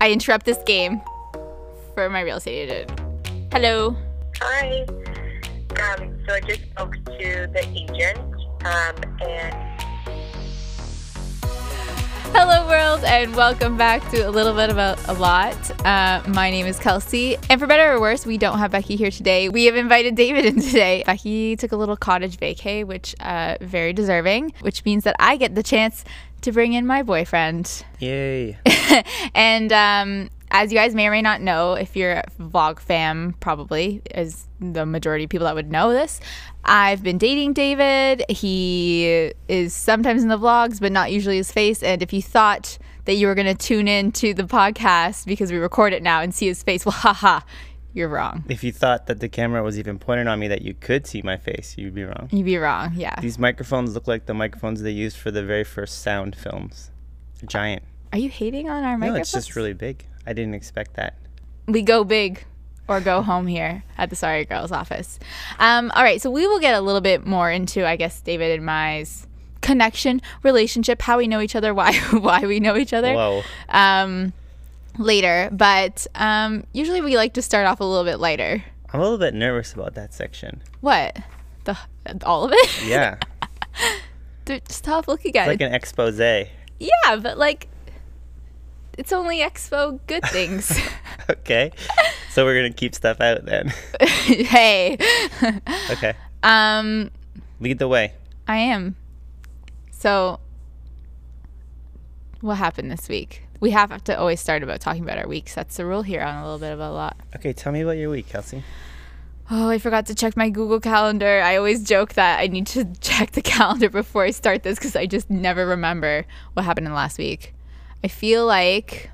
I interrupt this game for my real estate agent. Hello. Hi. Um, so I just spoke to the agent, um, and Hello, world, and welcome back to a little bit about a lot. Uh, my name is Kelsey, and for better or worse, we don't have Becky here today. We have invited David in today. Becky took a little cottage vacay, which uh, very deserving, which means that I get the chance to bring in my boyfriend. Yay. and um, as you guys may or may not know, if you're a vlog fam, probably as the majority of people that would know this, I've been dating David. He is sometimes in the vlogs, but not usually his face. And if you thought that you were going to tune in to the podcast because we record it now and see his face, well, haha, you're wrong. if you thought that the camera was even pointed on me that you could see my face, you'd be wrong. You'd be wrong. Yeah. These microphones look like the microphones they used for the very first sound films. They're giant. Are you hating on our No, microphones? it's just really big. I didn't expect that. we go big or go home here at the Sorry Girls office. Um, all right, so we will get a little bit more into, I guess, David and my's connection, relationship, how we know each other, why why we know each other Whoa. um, later. But um, usually we like to start off a little bit lighter. I'm a little bit nervous about that section. What? The all of it? Yeah. They're just tough looking at like it. an expose. Okay. yeah, but like it's only expo good things. So we're going to keep stuff out then. hey. Okay. um Lead the way. I am. So, what happened this week? We have to always start about talking about our weeks. That's the rule here on a little bit of a lot. Okay, tell me about your week, Kelsey. Oh, I forgot to check my Google Calendar. I always joke that I need to check the calendar before I start this because I just never remember what happened in the last week. I feel like,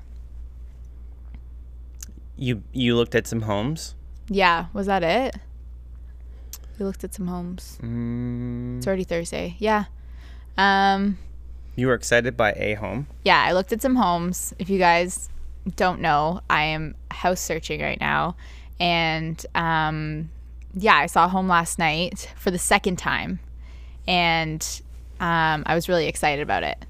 You you looked at some homes. yeah, was that it? We looked at some homes. Mm, It's already Thursday. Yeah. Um, you were excited by a home. yeah, I looked at some homes. If you guys don't know, I am house searching right now. And um, yeah, I saw a home last night for the second time. And um, I was really excited about it.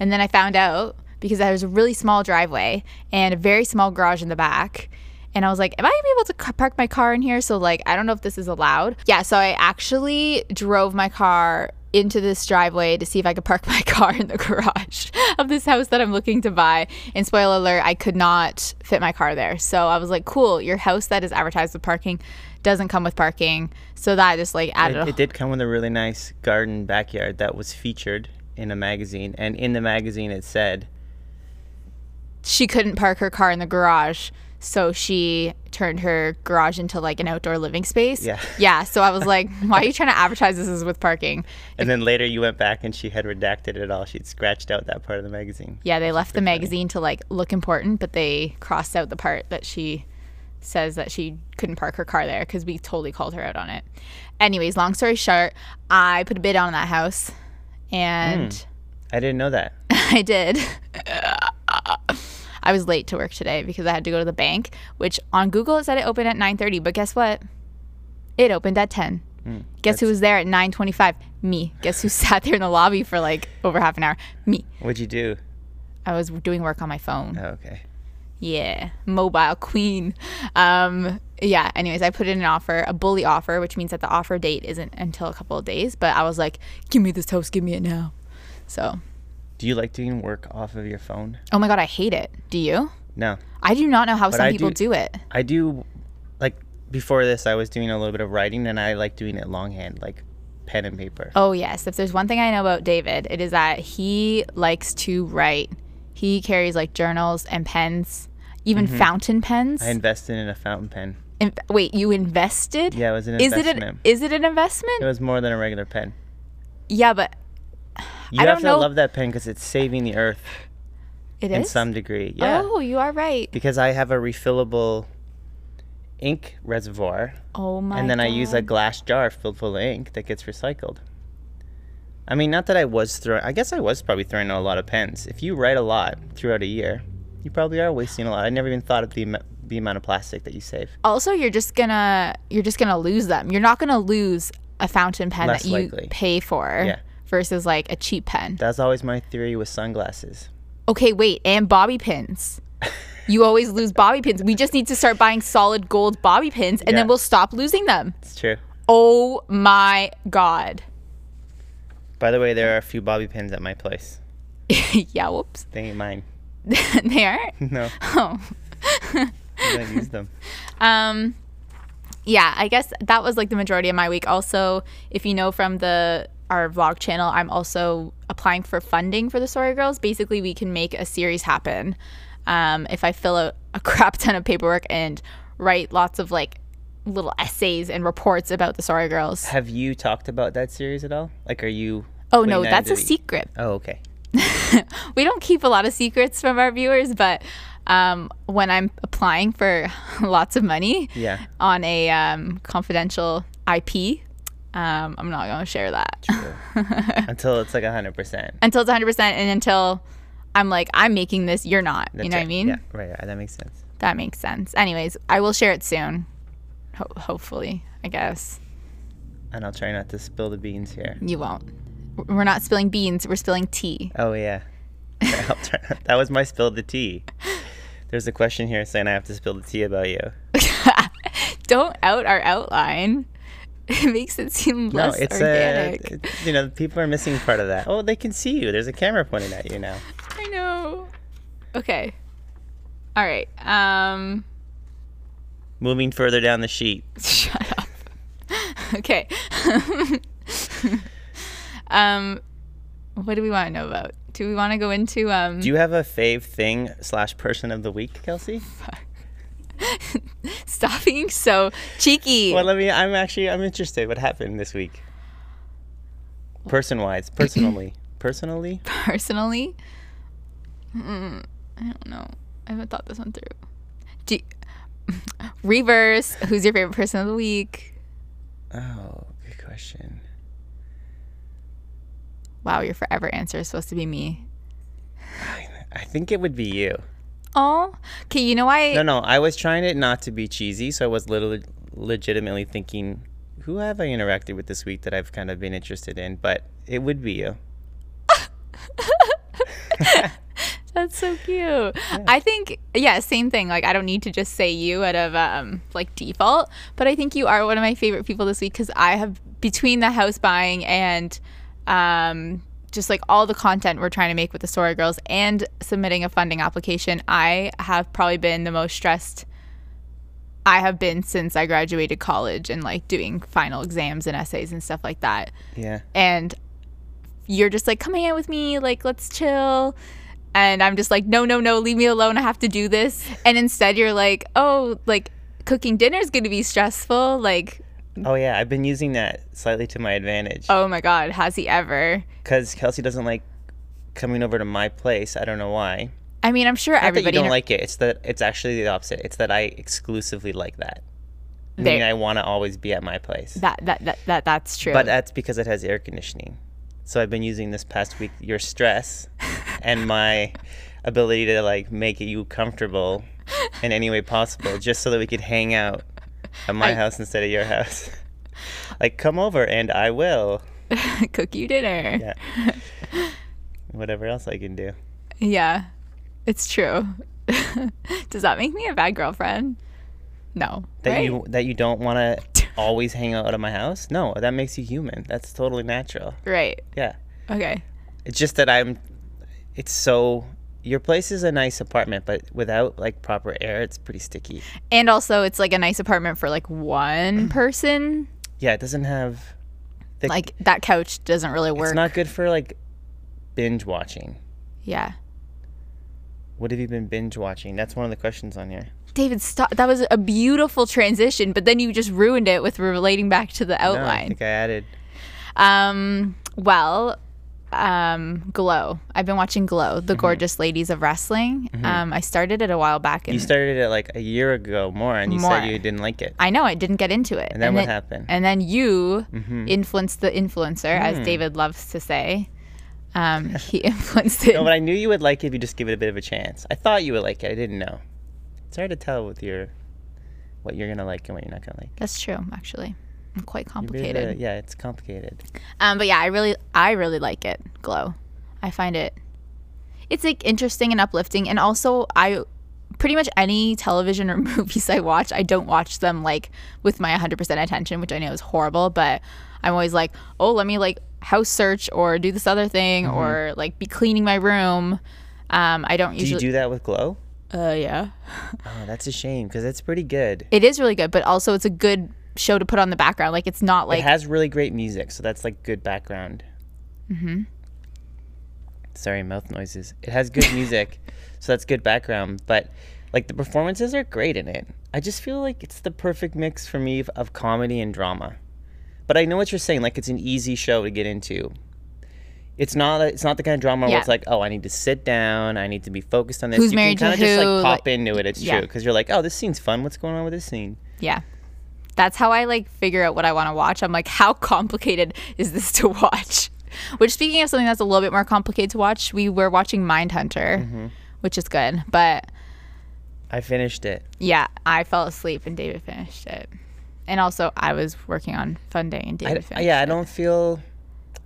And then I found out because there was a really small driveway and a very small garage in the back. And I was like, am I gonna be able to ca- park my car in here? So, like, I don't know if this is allowed. Yeah, so I actually drove my car into this driveway to see if I could park my car in the garage of this house that I'm looking to buy. And spoiler alert, I could not fit my car there. So I was like, cool, your house that is advertised with parking doesn't come with parking. So that just like added a It, it did come with a really nice garden backyard that was featured in a magazine, and in the magazine it said, she couldn't park her car in the garage so she turned her garage into like an outdoor living space Yeah. yeah so i was like why are you trying to advertise this as with parking and then later you went back and she had redacted it all. She'd scratched out that part of the magazine. yeah they left the magazine to like look important but they crossed out the part that she says that she couldn't park her car there because we totally called her out on it anyways long story short i put a bid on that house and I didn't know that. I did. I was late to work today because I had to go to the bank, which on Google it said it opened at 9:30, but guess what? It opened at 10. guess who was there at 9:25? Me. Guess who sat there in the lobby for like over half an hour? Me. What'd you do? I was doing work on my phone. Oh, okay. Yeah, mobile queen. Um, yeah, anyways, I put in an offer, a bully offer, which means that the offer date isn't until a couple of days, but I was like, "Give me this house, give me it now." So, Do you like doing work off of your phone? oh my god, I hate it. Do you? No. I do not know how some I people do, do- it. I do, like, before this, I was doing a little bit of writing, and I like doing it longhand, like pen and paper. Oh, yes. If there's one thing I know about David, it is that he likes to write. He carries like journals and pens, even fountain pens. Mm-hmm. I invested in a fountain pen. In- wait, you invested? Yeah, it was an Is investment. it an is it an investment? it was more than a regular pen. yeah, but You I have don't to know- love that pen because it's saving the earth it is. in some degree. Yeah. Oh, you are right. because I have a refillable ink reservoir, Oh my. and then I use a God. glass jar filled full of ink that gets recycled. I mean, not that I was throwing. I guess I was probably throwing out a lot of pens. If you write a lot throughout a year, you probably are wasting a lot. I never even thought of the am- the amount of plastic that you save. Also, you're just gonna you're just gonna lose them. You're not gonna lose a fountain pen Less that you likely. pay for Yeah. versus like a cheap pen. That's always my theory with sunglasses. Okay, wait, and bobby pins. You always lose bobby pins. We just need to start buying solid gold bobby pins and Yeah. then we'll stop losing them. It's true. Oh my God. By the way, there are a few bobby pins at my place. yeah, whoops. They ain't mine. they aren't. No, Oh. I don't use them. um yeah i guess that was like the majority of my week also if you know from the our vlog channel i'm also applying for funding for the story girls basically we can make a series happen um, if i fill out a crap ton of paperwork and write lots of like little essays and reports about the story girls Have you talked about that series at all? Like, are you? oh putting no that that's a into the- secret Oh, okay. we don't keep a lot of secrets from our viewers but um, when i'm applying for lots of money Yeah. on a um, confidential IP. Um, I'm not going to share that Until it's like hundred percent. until it's 100% and until I'm like, I'm making this, you're not. you know what I mean? Yeah, right. right, That makes sense. That makes sense. Anyways, I will share it soon. Ho- hopefully, I guess. And I'll try not to spill the beans here. You won't. We're not spilling beans, we're spilling tea. Oh yeah. I'll try that was my spill the tea. There's a question here saying I have to spill the tea about you. Don't out our outline. It makes it seem less organic. a uh, it- you know people are missing part of that. Oh, they can see you. There's a camera pointing at you now. I know. Okay. All right. Um. Moving further down the sheet. Shut up. okay. um, what do we want to know about? Do we want to go into um? Do you have a fave thing slash person of the week, Kelsey? stop being so cheeky. Well, let me. I'm actually. I'm interested. What happened this week? Person wise, personally, personally. Personally, mm, I don't know. I haven't thought this one through. Do reverse. Who's your favorite person of the week? Oh, good question. Wow, your forever answer is supposed to be me. I think it would be you. Oh, okay. You know why? No, no. I was trying it not to be cheesy, so I was literally legitimately thinking, who have I interacted with this week that I've kind of been interested in? But it would be you. That's so cute. I think yeah, same thing. Like I don't need to just say you out of um like default, but I think you are one of my favorite people this week cuz I have between the house buying and um just like all the content we're trying to make with the story girls and submitting a funding application, I have probably been the most stressed I have been since I graduated college and like doing final exams and essays and stuff like that Yeah. and you're just like come hang out with me like let's chill and i'm just like no no no leave me alone i have to do this and instead you're like oh like cooking dinner is going to be stressful like Oh yeah, I've been using that slightly to my advantage oh my god has he ever because Kelsey doesn't like coming over to my place. I don't know why. i mean i'm sure Not that you everybody don't in- like it. It's that it's actually the opposite. It's that I exclusively like that. I There- mean, I want to always be at my place. that, that that that that's true But uh, that's because it has air conditioning. So I've been using this past week your stress and my ability to like make you comfortable in any way possible just so that we could hang out at my I- house instead of your house. like come over and I will. cook you dinner Yeah. Whatever else I can do. yeah it's true does that make me a bad girlfriend no That right? you that you don't want to always hang out at my house? No, that makes you human. That's totally natural. right Yeah. okay It's just that I'm. It's so. Your place is a nice apartment, but without like proper air, it's pretty sticky. and also it's like a nice apartment for like Mm-hmm. one person Yeah, it doesn't have. The, like that couch doesn't really work. it's not good for like binge watching. yeah. What have you been binge watching? That's one of the questions on here. David, stop. That was a beautiful transition, but then you just ruined it with relating back to the No, I outline. think I added. um, well, um, Glow. I've been watching Glow, Mm-hmm. The Gorgeous Ladies of Wrestling. Um, I started it a while back, and You started it like a year ago more, and you More. said you didn't like it. I know I didn't get into it. And then what happened? Mm-hmm. And then you influenced the influencer, Hmm. as David loves to say. Um, he influenced it. No, but I knew you would like it if you just give it a bit of a chance. I thought you would like it. I didn't know. It's hard to tell with your, what you're gonna like and what you're not gonna like. That's true, actually. I'm quite You're the- complicated. yeah, it's complicated. Um, but yeah, I really, I really like it. Glow, I find it. It's like interesting and uplifting, and also I pretty much any television or movies I watch, I don't watch them like with my 100% attention, which I know is horrible, but I'm always like, oh, let me like house search or do this other thing Mm-hmm. or like be cleaning my room. Um, I don't Do you usually. do that with Glow? uh, yeah. Oh, that's a shame because it's pretty good. It is really good, but also it's a good show to put on the background. Like it's not it like has really great music, so that's like good background. Mm-hmm. Sorry, mouth noises. It has good music, so that's good background. But like the performances are great in it. I just feel like it's the perfect mix for me of, of comedy and drama. But I know what you're saying. Like it's an easy show to get into. It's not. It's not the kind of drama where Yeah. it's like, oh, I need to sit down. I need to be focused on this. Who's you married to can kind of just who, like like- pop into it. It's true. yeah. true because you're like, oh, this scene's fun. What's going on with this scene? yeah. That's how I like figure out what I want to watch. I'm like, how complicated is this to watch? Which speaking of something that's a little bit more complicated to watch, we were watching Mindhunter, Mm-hmm. which is good, but I finished it. Yeah, I fell asleep and David finished it. And also, I was working on Fun Day and I- David finished yeah, I it. don't feel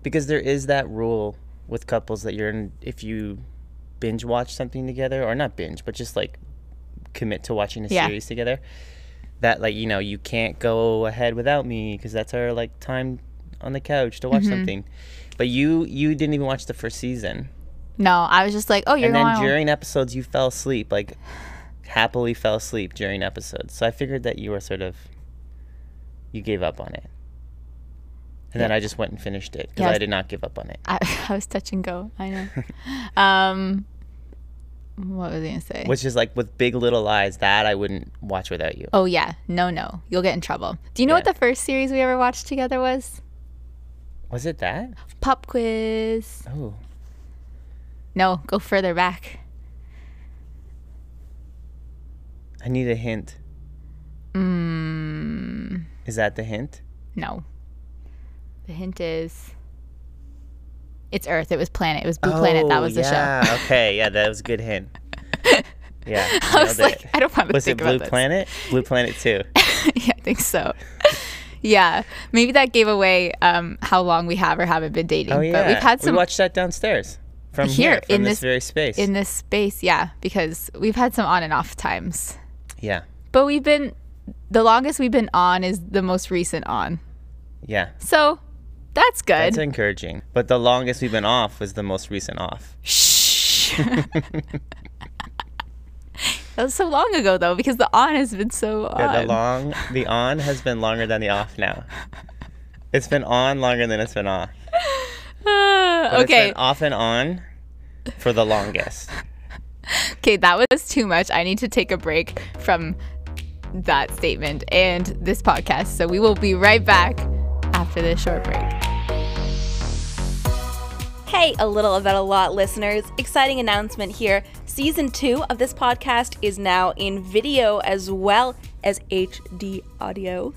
because there is that rule with couples that you're in if you binge watch something together or not binge, but just like commit to watching a Yeah. series together. That like you know you can't go ahead without me because that's our like time on the couch to watch something. But you you didn't even watch the first season, No, I was just like, oh, you're and then going. during episodes you fell asleep like happily fell asleep during episodes. So I figured that you were sort of you gave up on it. And then I just went and finished it because Yeah, I I was- did not give up on it. I, I was touch and go. I know. um, what was I gonna say? Which is like with Big Little Lies that I wouldn't watch without you. oh yeah, no, no, you'll get in trouble. Do you know what Yeah. the first series we ever watched together was? Was it that? Pop quiz. Oh, No, go further back. I need a hint. Mm. Is that the hint? No. The hint is. It's Earth. It was Planet. It was Blue oh, Planet. That was the yeah. show. okay, yeah, that was a good hint. Yeah, I was nailed like, I don't want to was think it Blue about this. Planet? Blue Planet Two. Oh, yeah, I think so. yeah, maybe that gave away um, how long we have or haven't been dating. Oh yeah, But we've had some We watched that downstairs from Here, here, from in this, this- very space. in this space, yeah, because we've had some on and off times. yeah, But we've been the longest we've been on is the most recent on, yeah. so that's good. That's encouraging. But the longest we've been off was the most recent off. Shh. that was so long ago though, because the on has been so on. Yeah, the long, the on has been longer than the off now. It's been on longer than it's been off. Ah, But okay, It's been off and on for the longest. Okay, that was too much. I need to take a break from that statement and this podcast. So we will be right back after this short break. Hey, a little about a lot, listeners. Exciting announcement here. Season two of this podcast is now in video as well as HD audio.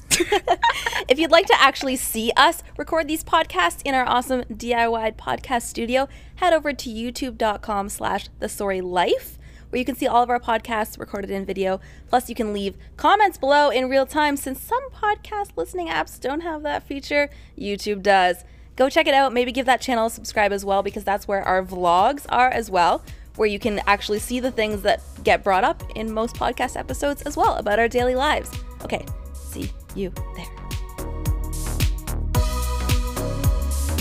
if you'd like to actually see us record these podcasts in our awesome DIY podcast studio, head over to youtube.com slash the story life where you can see all of our podcasts recorded in video. Plus, you can leave comments below in real time since some podcast listening apps don't have that feature. YouTube does. Go check it out. Maybe give that channel a subscribe as well because that's where our vlogs are as well, where you can actually see the things that get brought up in most podcast episodes as well about our daily lives. Okay, see you there.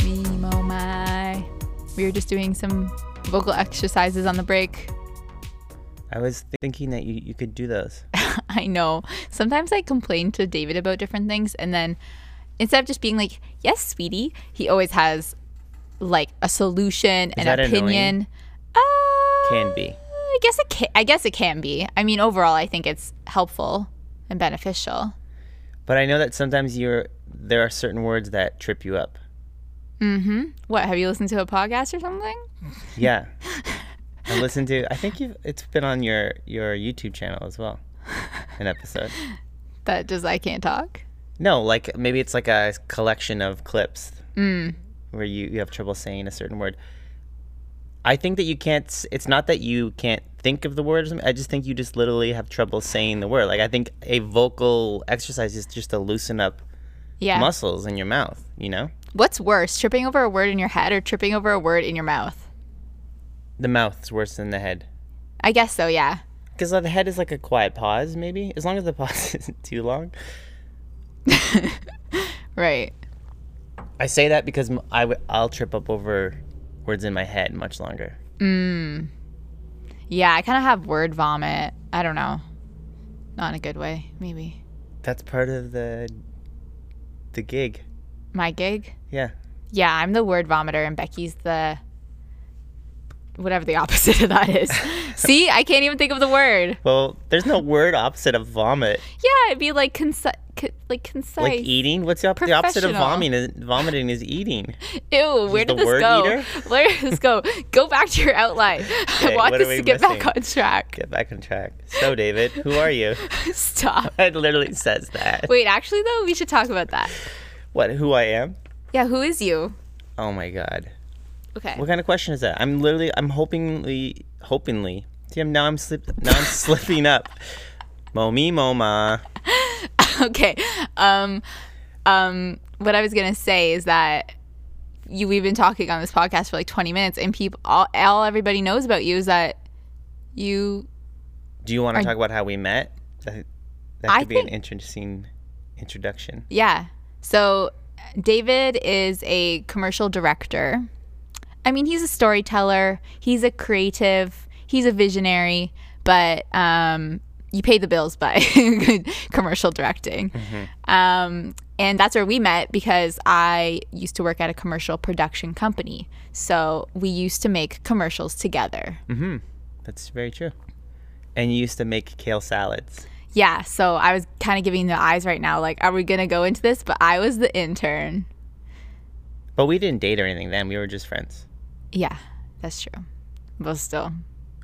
Me, mo, my. We were just doing some vocal exercises on the break. I was thinking that you, you could do those. I know. Sometimes I complain to David about different things, and then instead of just being like, "Yes, sweetie," he always has like a solution and that annoying? opinion. Uh, Can be. I guess it can. I guess it can be. I mean, overall, I think it's helpful and beneficial. But I know that sometimes you're there are certain words that trip you up. What have you listened to a podcast or something? Yeah. I listened to. I think you. have It's been on your your YouTube channel as well. An episode. That just I can't talk. No, like maybe it's like a collection of clips where you, you have trouble saying a certain word. I think that you can't, s- it's not that you can't think of the word or something. I just think you just literally have trouble saying the word. Like, I think a vocal exercise is just to loosen up Yeah. muscles in your mouth, you know? What's worse, tripping over a word in your head or tripping over a word in your mouth? The mouth's worse than the head. I guess so. Yeah. Because the head is like a quiet pause, maybe. As long as the pause isn't too long. Right. I say that because m- I w- I'll trip up over words in my head much longer. Yeah, I kind of have word vomit. I don't know. Not in a good way, maybe. That's part of the the gig. My gig? Yeah. Yeah, I'm the word vomiter and Becky's the whatever the opposite of that is. See, I can't even think of the word. Well, there's no word opposite of vomit. Yeah, it'd be like conci- co- like concise. Like e- eating. What's the, op- the opposite of Professional. vomiting? Is, vomiting is eating. Ew, where the did this word go? eater? Where did this go? Go back to your outline. I Okay, want what are this we to get missing? back on track. Get back on track. So, David, who are you? Stop. It literally says that. Wait, actually though, we should talk about that. What? Who I am? Yeah, who is you? Oh my God. Okay. What kind of question is that? I'm literally. I'm hopingly. Hopingly. Damn. Now I'm slip. Now I'm slipping up. Momi moma. okay. Um, um, what I was gonna say is that you we've been talking on this podcast for like 20 minutes, and people all, all everybody knows about you is that you. Do you want to Are- talk about how we met? That, that could I be an think- interesting introduction. Yeah. So David is a commercial director. I mean, he's a storyteller. He's a creative. He's a visionary. But um, you pay the bills by good commercial directing. Um, and that's where we met because I used to work at a commercial production company. So we used to make commercials together. That's very true. And you used to make kale salads. Yeah. So I was kind of giving the eyes right now, like, are we going to go into this? But I was the intern. But we didn't date or anything then. We were just friends. Yeah, that's true. But still,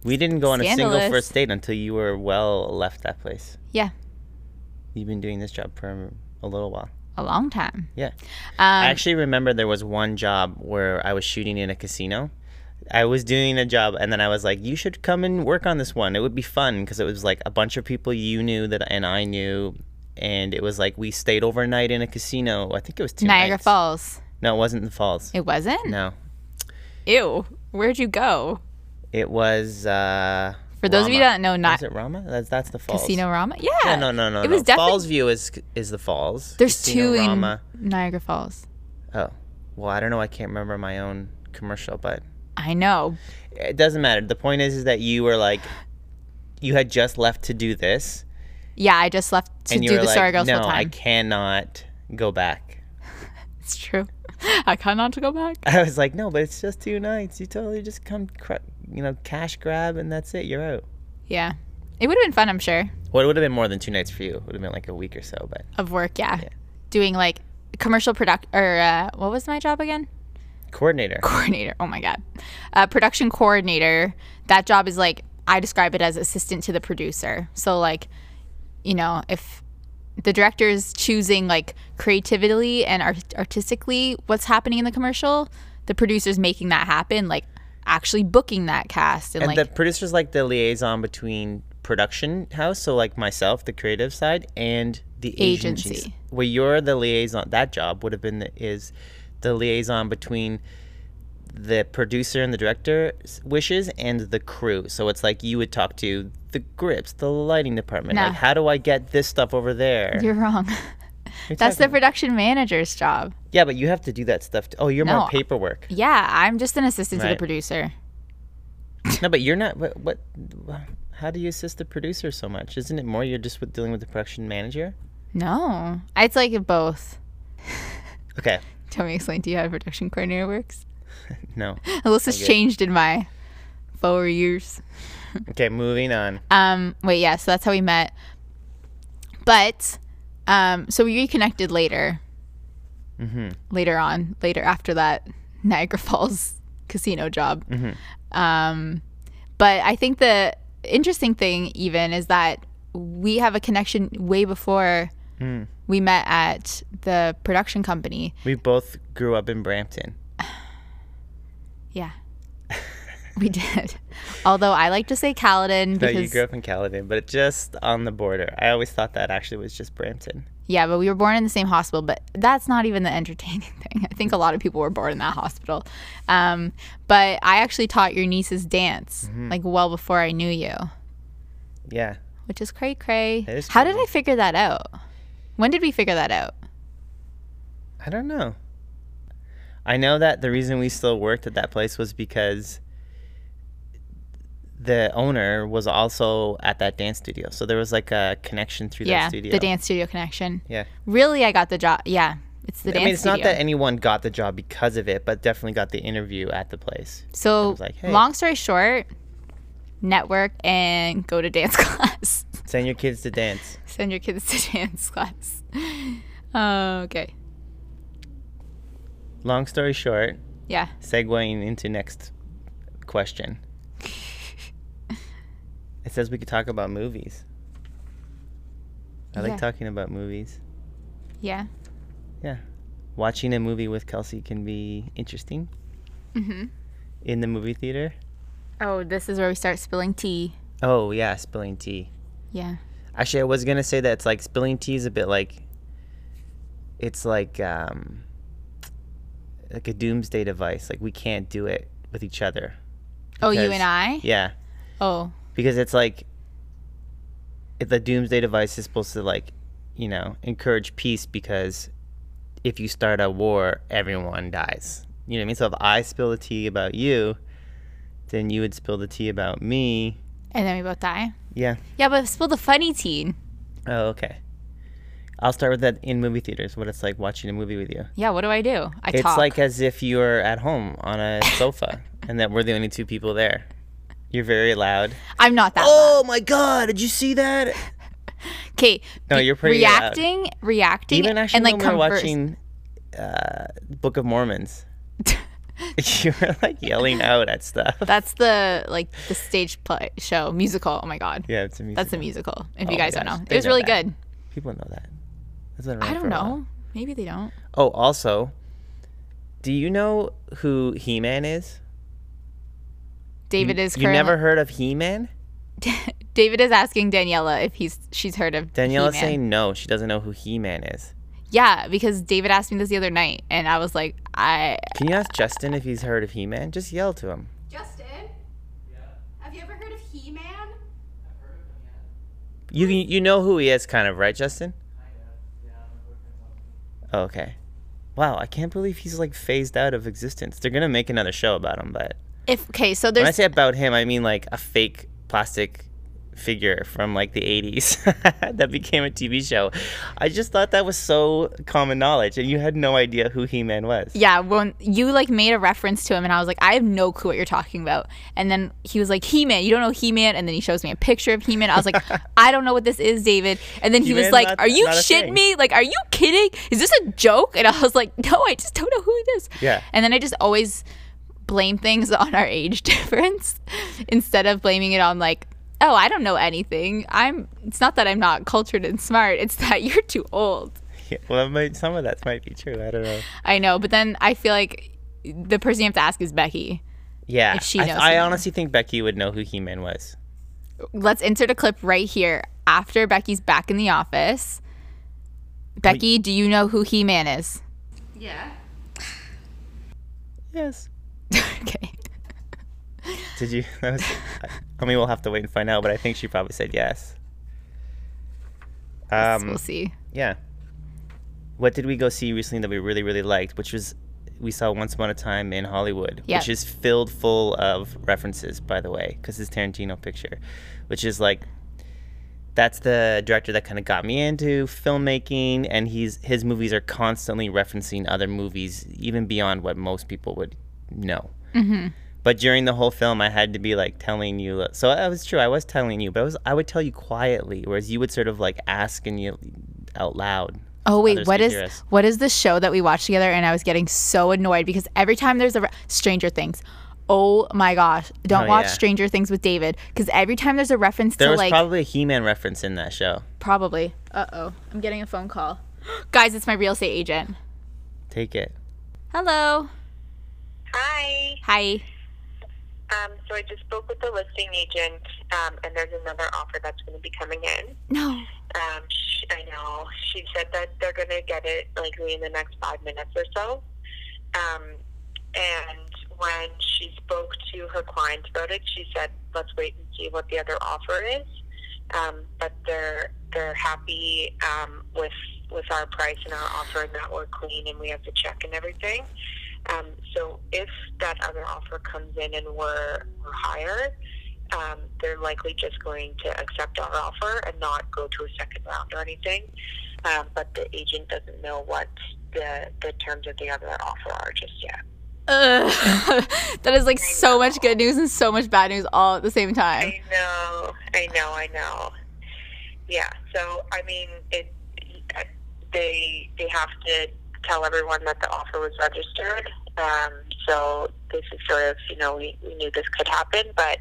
We didn't go on a single Scandalous. first date until you were well left that place. yeah, You've been doing this job for a little while. a long time. Yeah. I Um, actually remember there was one job where I was shooting in a casino. I was doing a job and then I was like, you should come and work on this one. It would be fun because it was like a bunch of people you knew that and I knew. And it was like we stayed overnight in a casino. I think it was two Niagara nights. Falls. No, it wasn't the Falls. It wasn't? no. Ew. Where'd you go? It was. Uh, For those of you Rama. that know, not Is it Rama? That's, that's the Falls. Casino Rama. Yeah. Yeah, no, no, no. It was no. definitely Falls View is is the Falls. there's Casino two Rama. in Niagara Falls. Oh, well, I don't know. I can't remember my own commercial, but I know. it doesn't matter. The point is, is that you were like, you had just left to do this, Yeah, I just left to and you do were the like, Sorry Girls no, full I time. cannot go back. It's true. I cannot go back. I was like, no, but it's just two nights. You totally just come, cr- you know, cash grab, and that's it. You're out. Yeah. It would have been fun, I'm sure, Well, it would have been more than two nights for you. It would have been like a week or so, but of work. Yeah. Doing like commercial product or uh, what was my job again? coordinator. coordinator. Oh my god, uh, production coordinator. That job is like I describe it as assistant to the producer. So like, you know, if the director is choosing like creatively and art- artistically what's happening in the commercial, the producer's making that happen. Like actually booking that cast and, And like the producer's like the liaison between production house, so like myself, the creative side, and the agencies. Agency. Where you're the liaison, that job would have been the, is the liaison between the producer and the director's wishes and the crew. So it's like you would talk to the grips, the lighting department. Nah. Like, how do I get this stuff over there? you're wrong. You're That's the talking- production manager's job. yeah, but you have to do that stuff. t- oh, you're No. more paperwork. Yeah, I'm just an assistant to Right. the producer. no, but you're not. What, what? How do you assist the producer so much? Isn't it more you're just with dealing with the production manager? No, it's like both. Okay. Tell me, explain to you how a production coordinator works. No. Unless it's changed in my four years. Okay, moving on. Um, wait, yeah, so that's how we met. But um, so we reconnected later. Later on, later after that Niagara Falls casino job. Um, but I think the interesting thing, even, is that we have a connection way before we met at the production company. We both grew up in Brampton. Yeah. we did. Although I like to say Caledon No, because. you grew up in Caledon, but just on the border. I always thought that actually was just Brampton. Yeah, but we were born in the same hospital, but that's not even the entertaining thing. I think a lot of people were born in that hospital. Mm-hmm. Um, but I actually taught your nieces dance, like well before I knew you. Yeah. which is cray cray. That is How did crazy. I figure that out? When did we figure that out? I don't know. I know that the reason we still worked at that place was because the owner was also at that dance studio. So there was like a connection through yeah, that studio. the dance studio connection. Yeah. Really, I got the job. Yeah, it's the I dance mean, it's studio. not that anyone got the job because of it, but definitely got the interview at the place. so, was like, hey. long story short, network and go to dance class. Send your kids to dance. Send your kids to dance class. Oh, okay. Long story short, Yeah. segueing into next question. it says we could talk about movies. I Yeah. like talking about movies. Yeah. Watching a movie with Kelsey can be interesting Mm-hmm. in the movie theater. Oh, this is where we start spilling tea. Oh yeah, spilling tea. Yeah. Actually, I was gonna say that it's like spilling tea is a bit like it's like um like a doomsday device. Like we can't do it with each other. oh, you because- and I? Yeah. Oh, because it's like if the doomsday device is supposed to like you know encourage peace because if you start a war everyone dies you know what i mean so if i spill the tea about you then you would spill the tea about me and then we both die? yeah Yeah, but spill the funny tea. oh okay i'll start with that in movie theaters what it's like watching a movie with you Yeah, what do I do? I it's talk. like as if you're at home on a sofa and that we're the only two people there you're very loud I'm not that loud. oh my god did you see that Okay. No, be- you're pretty loud. reacting, reacting, Even actually and like when we were comfort- watching uh, Book of Mormons, you were like yelling out at stuff. That's the like the stage play show musical. Oh my god, yeah, it's amazing. that's a musical. If you my guys don't gosh, know, Oh, they it was know really that. good. People know that. That's been I around for don't a while. know. Maybe they don't. Oh, also, do you know who He Man is? David is You currently, never heard of He Man? David is asking Daniela if he's she's heard of Daniela's He-Man. saying no, she doesn't know who He Man is. yeah because David asked me this the other night and I was like I Can you ask Justin if he's heard of He Man? Just yell to him. Justin? Have you ever heard of He Man? You you know who he is, kind of, right, Justin? Oh, okay. Wow, I can't believe he's like phased out of existence. They're gonna make another show about him, but if okay so when I there's say about him, I mean like a fake plastic figure from like the 80s that became a TV show. I just thought that was so common knowledge, and you had no idea who He Man was. yeah when you like made a reference to him and I was like I have no clue what you're talking about and then he was like He-Man you don't know He-Man and then he shows me a picture of He-Man I was like I don't know what this is David and then he was He-Man, like not- are you not a shitting thing. me like are you kidding is this a joke and I was like no I just don't know who it is Yeah. and then I just always blame things on our age difference instead of blaming it on like oh I don't know anything I'm it's not that I'm not cultured and smart it's that you're too old Yeah, well, that might, some of that might be true. I don't know. I know, but then I feel like the person you have to ask is Becky. Yeah, If she I, knows I He-Man. honestly think Becky would know who He Man was. Let's insert a clip right here after Becky's back in the office. Becky, do you know who He Man is? Yeah. Yes. okay. Did you? That was, I, I mean, we'll have to wait and find out, but I think she probably said yes. So Um, we'll see. yeah. What did we go see recently that we really, really liked? Which was, we saw Once Upon a Time in Hollywood, Yep. which is filled full of references, by the way, because it's Tarantino picture, which is like, that's the director that kind of got me into filmmaking, and he's his movies are constantly referencing other movies, even beyond what most people would know. But during the whole film, I had to be like telling you. uh, So that was true. I was telling you, but I was I would tell you quietly, whereas you would sort of like ask and you out loud. Oh wait, others what could is hear us. what is the show that we watched together? And I was getting so annoyed because every time there's a re- Stranger Things. Oh my gosh! Don't Oh, watch yeah. Stranger Things with David because every time there's a reference There to was like probably a He-Man reference in that show. probably. Uh oh, I'm getting a phone call. Guys, it's my real estate agent. Take it. Hello. Hi. Hi. Um, so I just spoke with the listing agent, um, and there's another offer that's going to be coming in. No. Um, sh I know. She said that they're going to get it likely in the next five minutes or so. Um, and when she spoke to her client about it, she said, let's wait and see what the other offer is. um, but they're they're happy um, with with our price and our offer and that we're clean and we have the check and everything. Um, so if that other offer comes in and we're, we're higher, um, they're likely just going to accept our offer and not go to a second round or anything. Um, but the agent doesn't know what the the terms of the other offer are just yet. Ugh. that is like so much good news and so much bad news all at the same time. I know, I know, I know. Yeah. So I mean, it. They they have to tell everyone that the offer was registered. Um, so this is sort of you know we, we knew this could happen, but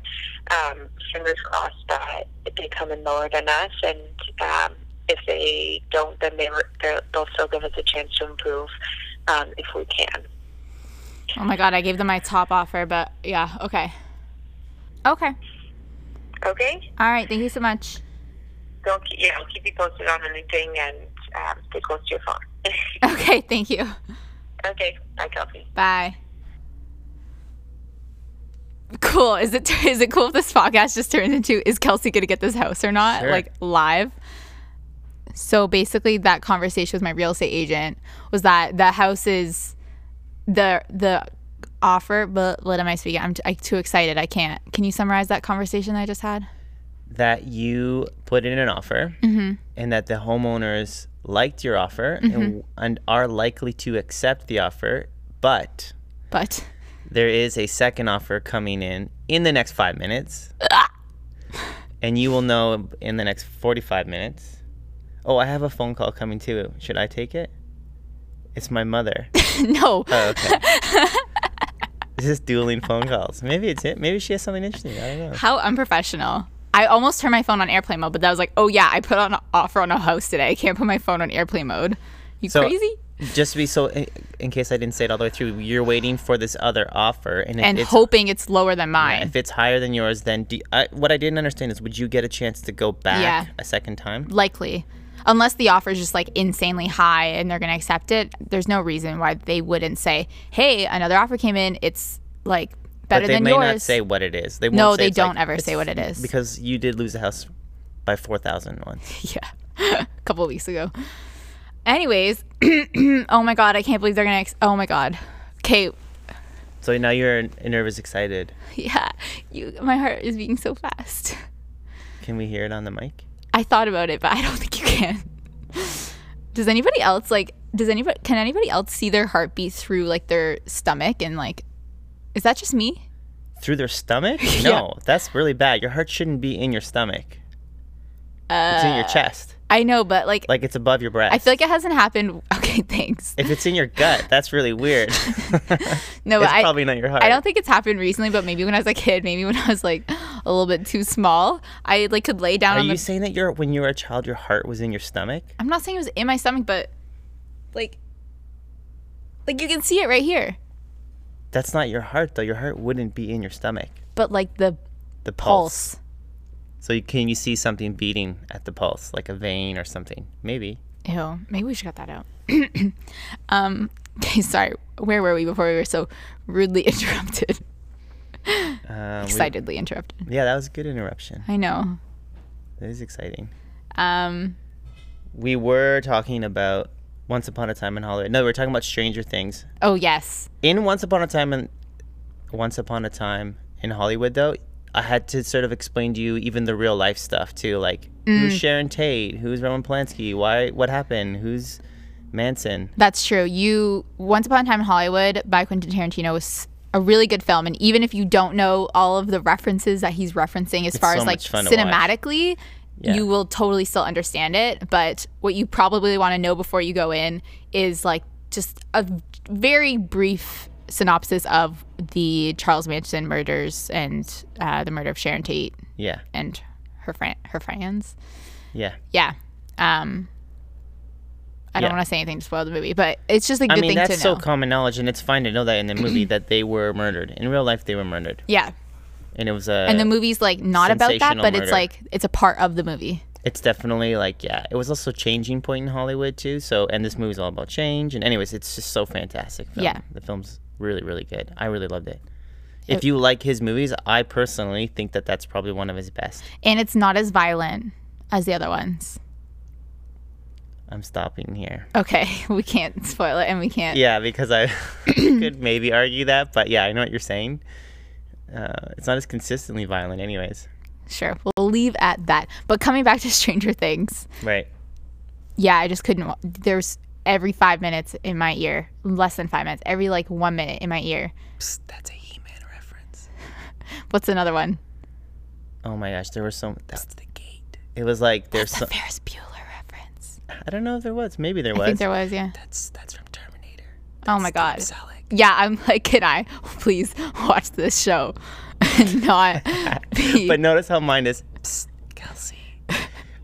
um, fingers crossed that they come in lower than us, and um, if they don't, then they were, they'll- they'll still give us a chance to improve um, if we can. Oh my god, I gave them my top offer, but yeah, okay. Okay. Okay. All right, thank you so much. So I'll keep, yeah, I'll keep you posted on anything and um, stay close to your phone. Okay, thank you. okay, bye, Kelsey. Bye. Cool. Is it is it cool if this podcast just turns into is Kelsey going to get this house or not? Sure. Like live. So basically that conversation with my real estate agent was that the house is the the offer but what am I speaking? I'm, t- I'm too excited. I can't. Can you summarize that conversation I just had? that you put in an offer and that the homeowners liked your offer and, and are likely to accept the offer, but But there is a second offer coming in in the next five minutes. Ah! and you will know in the next 45 minutes. Oh, I have a phone call coming too. Should I take it? It's my mother. no. Oh, okay. this is dueling phone calls. Maybe it's it. Maybe she has something interesting. I don't know. How unprofessional. I almost turned my phone on airplane mode, but that was like, oh yeah, I put on an offer on a house today. I can't put my phone on airplane mode. You So- crazy? Just to be so, in, in case I didn't say it all the way through, you're waiting for this other offer, and if And it's hoping it's lower than mine. if it's higher than yours, then do I, what I didn't understand is, would you get a chance to go back Yeah. a second time? Likely. Unless the offer is just like insanely high and they're going to accept it, there's no reason why they wouldn't say, hey, another offer came in. It's like better but they than may yours. not say what it is. They won't no, say they it's like- don't ever say what it is. because you did lose a house by four thousand once. yeah, a couple weeks ago. Anyways, oh my God, I can't believe they're going to. Ex- oh my God. Okay, So now you're nervous, excited. Yeah, you, my heart is beating so fast. Can we hear it on the mic? I thought about it, but I don't think you can. Does anybody else like? Does anybody? Can anybody else see their heartbeat through like their stomach and like? Is that just me? Through their stomach? Yeah. No, that's really bad. Your heart shouldn't be in your stomach. it's in your chest, I know, but like, like it's above your breast. Uh, I feel like it hasn't happened. Okay, thanks. if it's in your gut, that's really weird. No, but it's I, probably not your heart. I don't think it's happened recently. But maybe when I was a kid, maybe when I was like a little bit too small, I like could lay down Are on you the. saying that your when you were a child, your heart was in your stomach? I'm not saying it was in my stomach, but Like, like you can see it right here. That's not your heart though. Your heart wouldn't be in your stomach. But like the The pulse. pulse. So you, can you see something beating at the pulse, like a vein or something? Maybe. Ew, maybe we should cut that out. um, okay, sorry. Where were we before we were so rudely interrupted? Um, we- Excitedly interrupted. yeah, that was a good interruption. I know. That is exciting. Um, We were talking about Once Upon a Time in Hollywood. No, we were talking about Stranger Things. oh, yes. In Once Upon a Time in Once Upon a Time in Hollywood, though, I had to sort of explain to you even the real life stuff too, like Mm. who's Sharon Tate, who's Roman Polanski, why, what happened, who's Manson. That's true. You Once Upon a Time in Hollywood by Quentin Tarantino was a really good film, and even if you don't know all of the references that he's referencing, as far so as like much fun to watch. cinematically, Yeah. you will totally still understand it. But what you probably want to know before you go in is like just a very brief synopsis of the Charles Manson murders and uh, the murder of Sharon Tate Yeah, and her friend, her friends yeah. yeah. Um, I don't Yeah. want to say anything to spoil the movie, but it's just a good I mean, thing that's to so know. common knowledge, and it's fine to know that in the movie that they were murdered. In real life, they were murdered, yeah, and it was uh, a. and the movie's like not about that, sensational but murder. it's like it's a part of the movie. it's definitely like yeah. It was also a changing point in Hollywood too. So, and this movie's all about change. And anyways, it's just so fantastic. Film. Yeah. the film's really really good. I really loved it. If you like his movies, I personally think that that's probably one of his best. and it's not as violent as the other ones. I'm stopping here. Okay, we can't spoil it, and we can't. Yeah, because I could maybe argue that, but yeah, I know what you're saying. Uh, it's not as consistently violent, anyways. Sure, we'll leave at that. But coming back to Stranger Things, Right. yeah, I just couldn't. wa- There's every five minutes in my ear, less than five minutes, every like one minute in my ear. that's a He-Man reference. What's another one? Oh my gosh, there was so. That's the gate. It was like there's. So, Ferris Bueller reference. I don't know if there was. Maybe there I think was. there was, yeah. That's that's from Terminator. oh my god. Yeah, I'm like, can I please watch this show and not be? But notice how mine is Psst, Kelsey.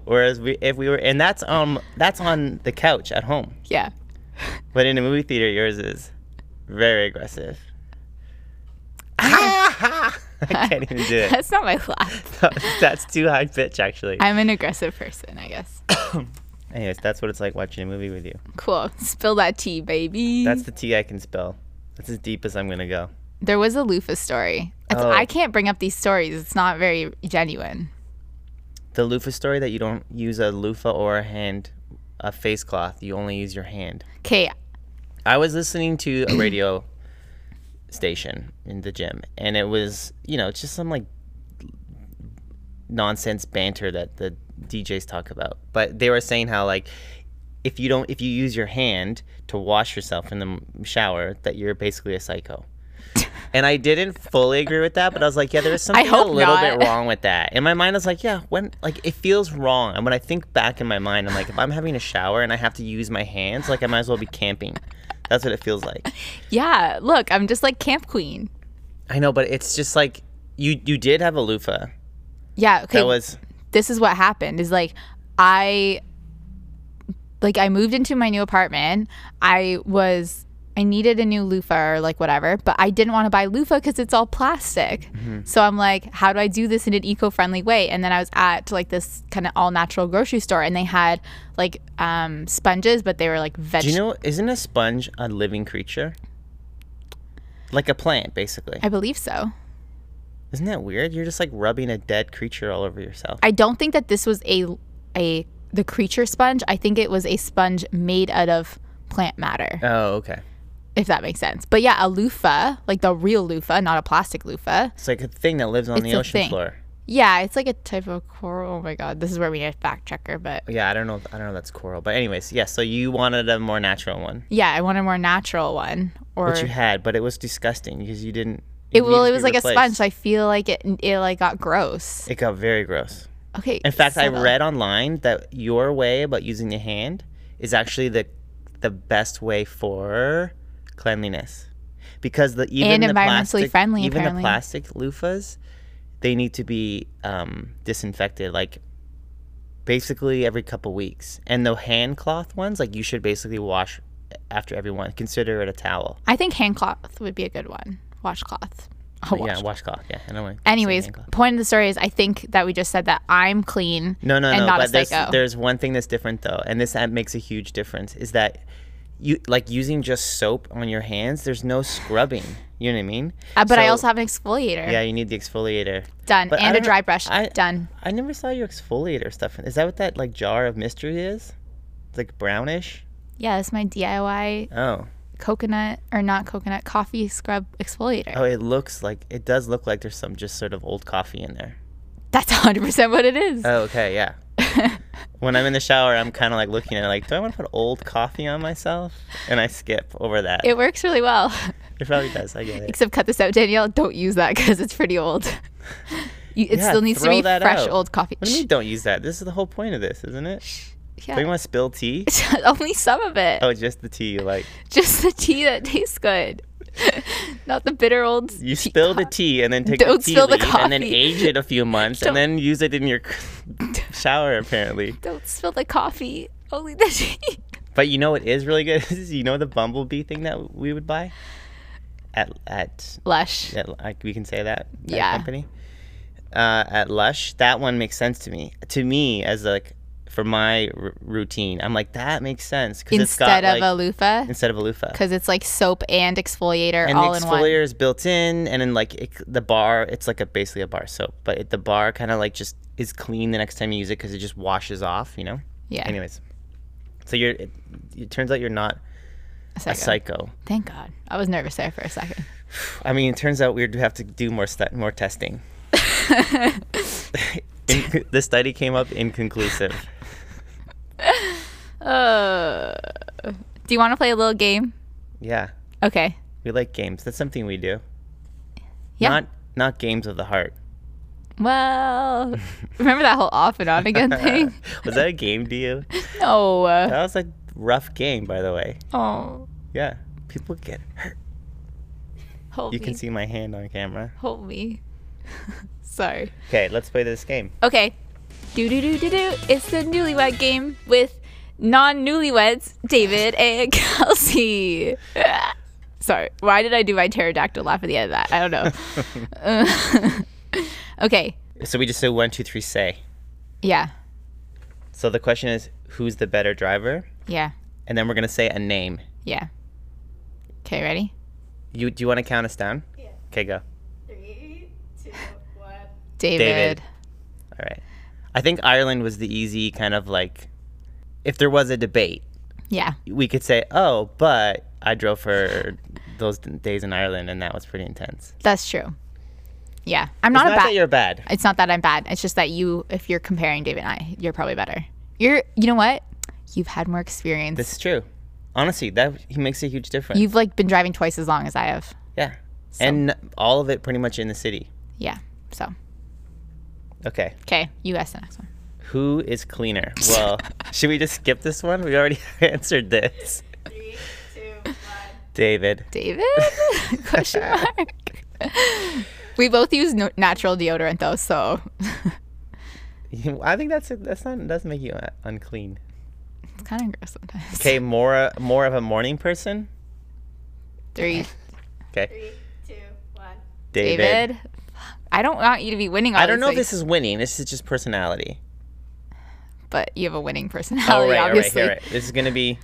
Whereas we, if we were, and that's um, that's on the couch at home. yeah. But in a movie theater, yours is very aggressive. Ah! I can't even do it. That's not my laugh. That's too high pitch, actually. I'm an aggressive person, I guess. Anyways, that's what it's like watching a movie with you. Cool. Spill that tea, baby. That's the T I can spell. That's as deep as I'm gonna go. there was a loofah story. It's- Oh. I can't bring up these stories. It's not very genuine. The loofah story that you don't use a loofah or a hand, a face cloth. You only use your hand. Okay. I was listening to a radio station in the gym, and it was, you know, it's just some like nonsense banter that the DJs talk about. But they were saying how like if you don't, if you use your hand to wash yourself in the m- shower, that you're basically a psycho. And I didn't fully agree with that, but I was like, yeah, there is something a hope little not. bit wrong with that. In my mind, I was like, yeah, when like it feels wrong. And when I think back in my mind, I'm like, if I'm having a shower and I have to use my hands, like I might as well be camping. That's what it feels like. Yeah. Look, I'm just like camp queen. I know, but it's just like you you did have a loofah. Yeah. Okay. That was this is what happened is like i like i moved into my new apartment i was i needed a new loofah or like whatever but i didn't want to buy loofah because it's all plastic Mm-hmm. so i'm like how do i do this in an eco-friendly way and then i was at like this kind of all natural grocery store and they had like um sponges but they were like Do you vegetable know isn't a sponge a living creature? Like a plant, basically. i believe so Isn't that weird? You're just like rubbing a dead creature all over yourself. I don't think that this was a a the creature sponge. I think it was a sponge made out of plant matter, oh, okay. if that makes sense. But yeah, a loofah, like the real loofah, not a plastic loofah. It's like a thing that lives on It's the a ocean thing. floor. Yeah, it's like a type of coral. Oh my god, this is where we need a fact checker, but Yeah, I don't know. If, I don't know. If that's coral, but anyways, yeah. So you wanted a more natural one, yeah, I want a more natural one. Or which you had, but it was disgusting because you didn't. it well, needed it to was be like a sponge. replaced. So I feel like it it like got gross. It got very gross. Okay. In fact, I subtle. read online that your way about using the hand is actually the the best way for cleanliness, because the even And the environmentally plastic, friendly, even apparently. the plastic loofahs, they need to be um, disinfected like basically every couple weeks, and the hand cloth ones like you should basically wash after everyone. Consider it a towel. I think hand cloth would be a good one. Washcloth. A But Yeah, washcloth. washcloth. Yeah, I don't want. Anyways, point of the story is I think that we just said that I'm clean. No, no, and no. not a but there's, psycho. there's one thing that's different though, and this app makes a huge difference. Is that you like using just soap on your hands? There's no scrubbing. You know what I mean? Uh, but I So- also have an exfoliator. yeah, you need the exfoliator. Done. But I And a don't know- dry brush. I- Done. I never saw your exfoliator stuff. Is that what that like jar of mystery is? It's like brownish. Yeah, that's my DIY Oh, coconut or not coconut coffee scrub exfoliator. oh, it looks like it does look like there's some just sort of old coffee in there. That's 100% what it is. Oh, okay, yeah. when I'm in the shower, I'm kind of like looking at it, like, do I want to put old coffee on myself? And I skip over that. It, it works really well. probably does. I get it. Except cut this out, Danielle. Don't use that because it's pretty old. you, it Yeah, still needs to throw be that fresh out. old coffee. What do you mean don't use that? This is the whole point of this, isn't it? Shh, Don't you yeah. want to spill tea? Only some of it. Oh, just the tea you like. Just the tea that tastes good. not the bitter old. You tea spill the co- tea and then take Don't the tea spill the leaf and then coffee. age it a few months Don't- and then use it in your shower apparently. Don't spill the coffee. Only the tea. But you know what is really good? Is you know the bumblebee thing that we would buy at at, Lush. at like we can say that, that Yeah. company uh, at Lush. That one makes sense to me. To me as like for my r- routine. I'm like, that makes sense because it's got instead of like, a loofah instead of a loofah. because it's like soap and exfoliator and all the in one. exfoliator is built in, and then like it, the bar, it's like a basically a bar soap, but it, the bar kind of like just is clean the next time you use it because it just washes off, you know. Yeah. Anyways, so you're. It, it turns out you're not a psycho. a psycho. Thank God. I was nervous there for a second. I mean, it turns out we do have to do more stu- more testing. In- the study came up inconclusive. Uh, do you want to play a little game? Yeah, Okay. we like games. That's something we do. Yeah. Not not games of the heart. well, remember that whole off and on again thing? was that a game to you? No. That was a rough game, by the way. oh, Yeah, people get hurt. hold You me. can see my hand on camera. Hold me. Sorry. Okay, let's play this game. Okay. Do do do do do. It's the newlywed game with non-newlyweds David and Kelsey. Sorry. Why did I do my pterodactyl laugh at the end of that? I don't know. okay. So we just say one, two, three, say. Yeah. So the question is, who's the better driver? Yeah. And then we're gonna say a name. Yeah. Okay. Ready? You do you want to count us down? Yeah. Okay, go. Three, two, one. David. David. All right. I think Ireland was the easy kind of like, if there was a debate, Yeah. we could say, oh, but I drove for those d- days in Ireland, and that was pretty intense. That's true. Yeah. I'm not a it's not that bad. you're bad. It's not that I'm bad. It's just that you, if you're comparing David and I, you're probably better. You're. You know what? You've had more experience. This is true. Honestly, that he makes a huge difference. You've like been driving twice as long as I have. yeah. And all of it pretty much in the city. Yeah. So, Okay. okay, you guys the next one. Who is cleaner? Well, should we just skip this one? We already answered this. Three, two, one. David. David? Question mark. we both use no- natural deodorant though, so I think that's that's not doesn't make you uh, unclean. it's kind of gross sometimes. Okay, more uh, more of a morning person. Three, Okay, Three, two, one. David. David. I don't want you to be winning. All I don't these know if things, this is winning. This is just personality. but you have a winning All personality, right, all right, Oh, obviously. all right. This is gonna be.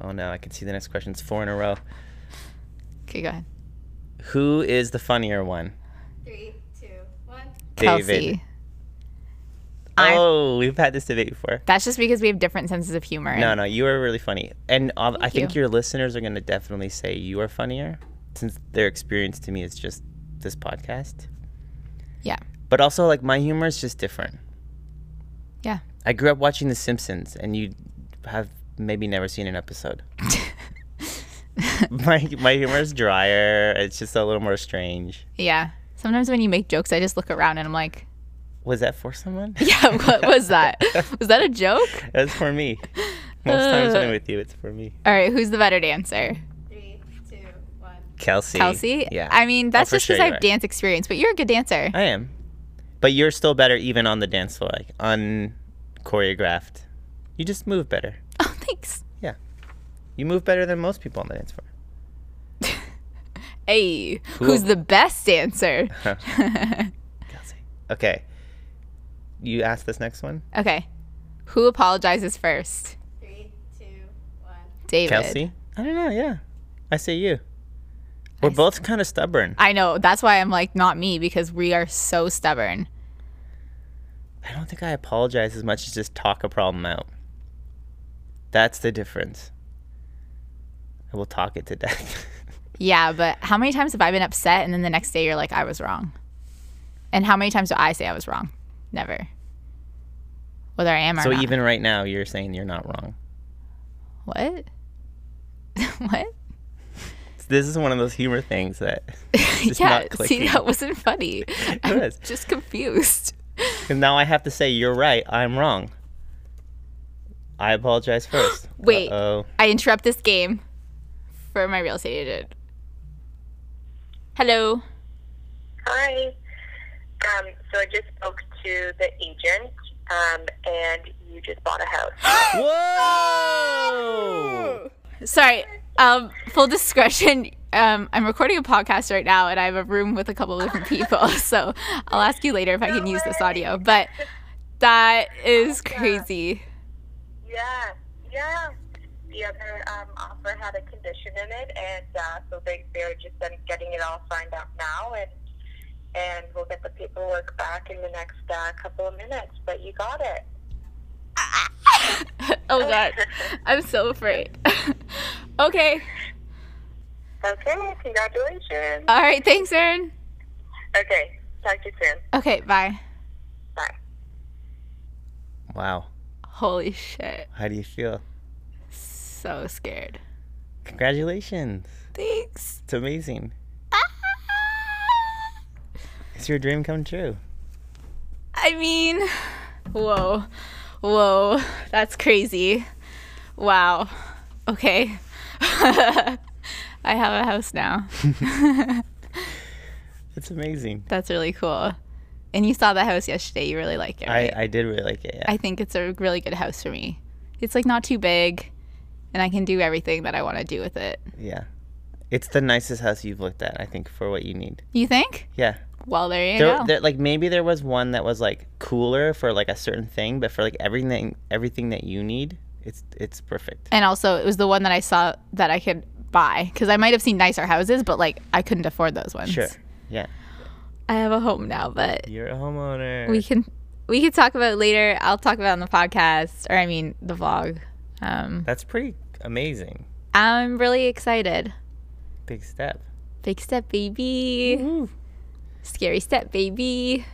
Oh no, I can see the next question. It's four in a row. Okay, go ahead. Who is the funnier one? Three, two, one. Kelsey. I'm- Oh, we've had this debate before. That's just because we have different senses of humor. and- No, no, you are really funny, and uh, I think you. your listeners are gonna definitely say you are funnier, since their experience to me is just this podcast. Yeah. But also, like my humor is just different. Yeah. I grew up watching The Simpsons, and you have maybe never seen an episode. my my humor is drier. It's just a little more strange. Yeah. Sometimes when you make jokes, I just look around and I'm like, Was that for someone? yeah, what was that? was that a joke? That's for me. Most times when I'm with you, it's for me. All right, who's the better dancer? Three, two, one. Kelsey. Kelsey? Yeah. Oh, I mean, that's for just because sure I you have are. dance experience, but you're a good dancer. I am. But you're still better even on the dance floor, like unchoreographed. You just move better. Oh, thanks. You move better than most people on the dance floor. Hey, who's the best dancer? Kelsey. Okay. You ask this next one? Okay. Who apologizes first? Three, two, one. David. Kelsey? I don't know, yeah. I say you. We're I both kind of stubborn. I know. That's why I'm like, not me, because we are so stubborn. I don't think I apologize as much as just talk a problem out. That's the difference. I will talk it to death. Yeah, but how many times have I been upset and then the next day you're like, I was wrong? And how many times do I say I was wrong? Never. Whether I am or so not. even right now, you're saying you're not wrong. what? what? This is one of those humor things that it's yeah, not clicking. see, that wasn't funny. I'm was. just confused. And now I have to say, you're right, I'm wrong. I apologize first. Wait. Oh, I interrupt this game for my real estate agent. Hello. Hi. Um, so I just spoke to the agent, um, and you just bought a house. whoa! Sorry. Um, full discretion. Um, I'm recording a podcast right now, and I have a room with a couple of different people. So I'll ask you later if I can use this audio. But that is crazy. Yeah, yeah. The other um, offer had a condition in it, and uh, so they they're just then getting it all signed up now, and and we'll get the paperwork back in the next uh, couple of minutes. But you got it. Oh god. I'm so afraid. okay. Okay, congratulations. All right, thanks Erin. Okay, talk to you soon. Okay, bye. Bye. Wow. Holy shit. How do you feel? So scared. Congratulations. Thanks. Ah! It's amazing. It's your dream come true. I mean, whoa. Whoa. That's crazy. Wow. Okay. I have a house now. It's amazing. That's really cool. And you saw the house yesterday. You really like it, right? I, I did really like it. Yeah. I think it's a really good house for me. It's like not too big, and I can do everything that I want to do with it. yeah. It's the nicest house you've looked at, I think, for what you need. You think? Yeah. Well, there you There, go. there, like maybe there was one that was like cooler for like a certain thing, but for like everything, everything that you need, it's it's perfect. and also, it was the one that I saw that I could buy because I might have seen nicer houses, but like I couldn't afford those ones. Sure. Yeah. I have a home now, but You're a homeowner. we can we can talk about it later. I'll talk about it on the podcast, or I mean the vlog. Um, That's pretty amazing. I'm really excited. Big step. Big step, baby. Scary step, baby.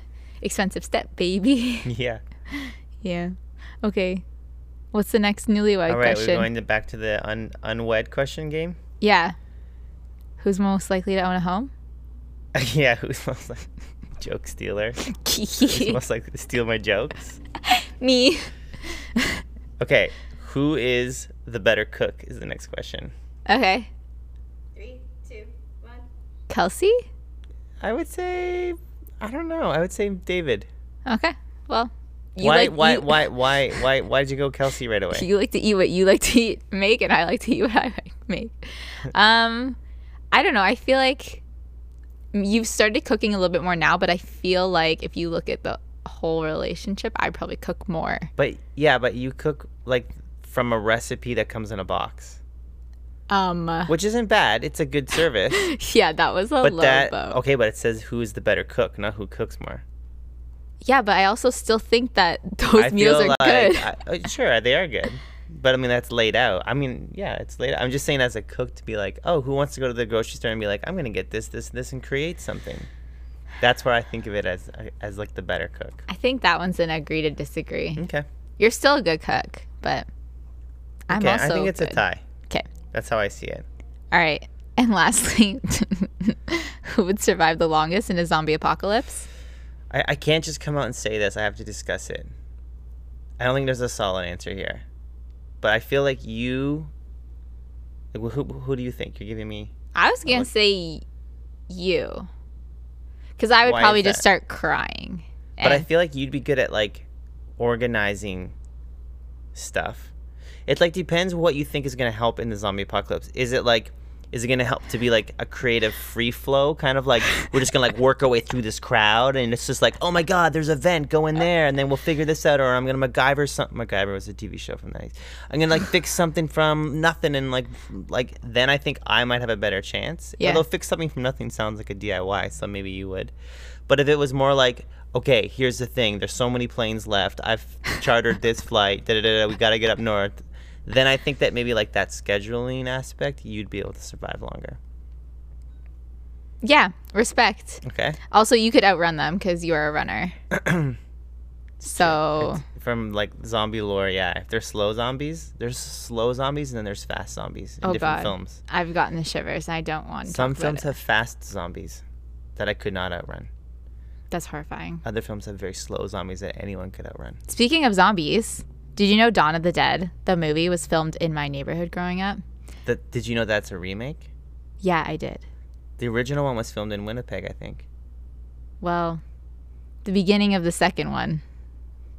Expensive step, baby. Yeah. yeah. Okay. What's the next newlywed All right, question? we're going to back to the un, unwed question game. yeah. Who's most likely to own a home? yeah, who's most like joke stealer? Who's most likely to steal my jokes? Me. Okay, who is the better cook? Is the next question. Okay. Three, two, one. Kelsey? I would say, I don't know. I would say David. Okay. Well, you why, like why, you, why, why, why, why did you go Kelsey right away? you like to eat what you like to eat, make, and I like to eat what I like make. Um, I don't know. I feel like you've started cooking a little bit more now, but I feel like if you look at the whole relationship, I probably cook more. But yeah, but you cook like from a recipe that comes in a box, Um, which isn't bad. It's a good service. yeah, that was a But low that bow. okay, but it says who is the better cook, not who cooks more. Yeah, but I also still think that those I meals feel are like good. I, uh, sure, they are good. But I mean, that's laid out. I mean, yeah, it's laid out. I'm just saying, as a cook, to be like, oh, who wants to go to the grocery store and be like, I'm gonna get this, this, this, and create something. That's where I think of it as as like the better cook. I think that one's an agree to disagree. Okay. You're still a good cook, but I'm Okay. also. I think it's a good. tie. Okay. That's how I see it. All right. And lastly, who would survive the longest in a zombie apocalypse? I, I can't just come out and say this. I have to discuss it. I don't think there's a solid answer here, but I feel like you. Like, who who do you think you're giving me? I was going to say you. Because I would Why is probably just that? start crying. But I And- feel like you'd be good at like organizing stuff. It like depends what you think is gonna help in the zombie apocalypse. Is it like is it gonna help to be like a creative free flow kind of like we're just gonna like work our way through this crowd and it's just like oh my god there's a vent go in there and then we'll figure this out or I'm gonna MacGyver something MacGyver was a TV show from the 90s I'm gonna like fix something from nothing and like like then I think I might have a better chance Yeah. although fix something from nothing sounds like a DIY so maybe you would but if it was more like, okay, here's the thing, there's so many planes left. I've chartered this flight. Da da da. da, We gotta get up north. Then I think that maybe like that scheduling aspect, you'd be able to survive longer. yeah, respect. Okay. Also, you could outrun them because you are a runner. so, From like zombie lore, yeah. If they're slow zombies, there's slow zombies and then there's fast zombies in Oh, different God. films. I've gotten the shivers. I don't want to. Some talk about films it. have fast zombies that I could not outrun. That's horrifying. Other films have very slow zombies that anyone could outrun. Speaking of zombies, did you know Dawn of the Dead, the movie, was filmed in my neighborhood growing up? That did you know that's a remake? Yeah, I did. The original one was filmed in Winnipeg, I think. Well, the beginning of the second one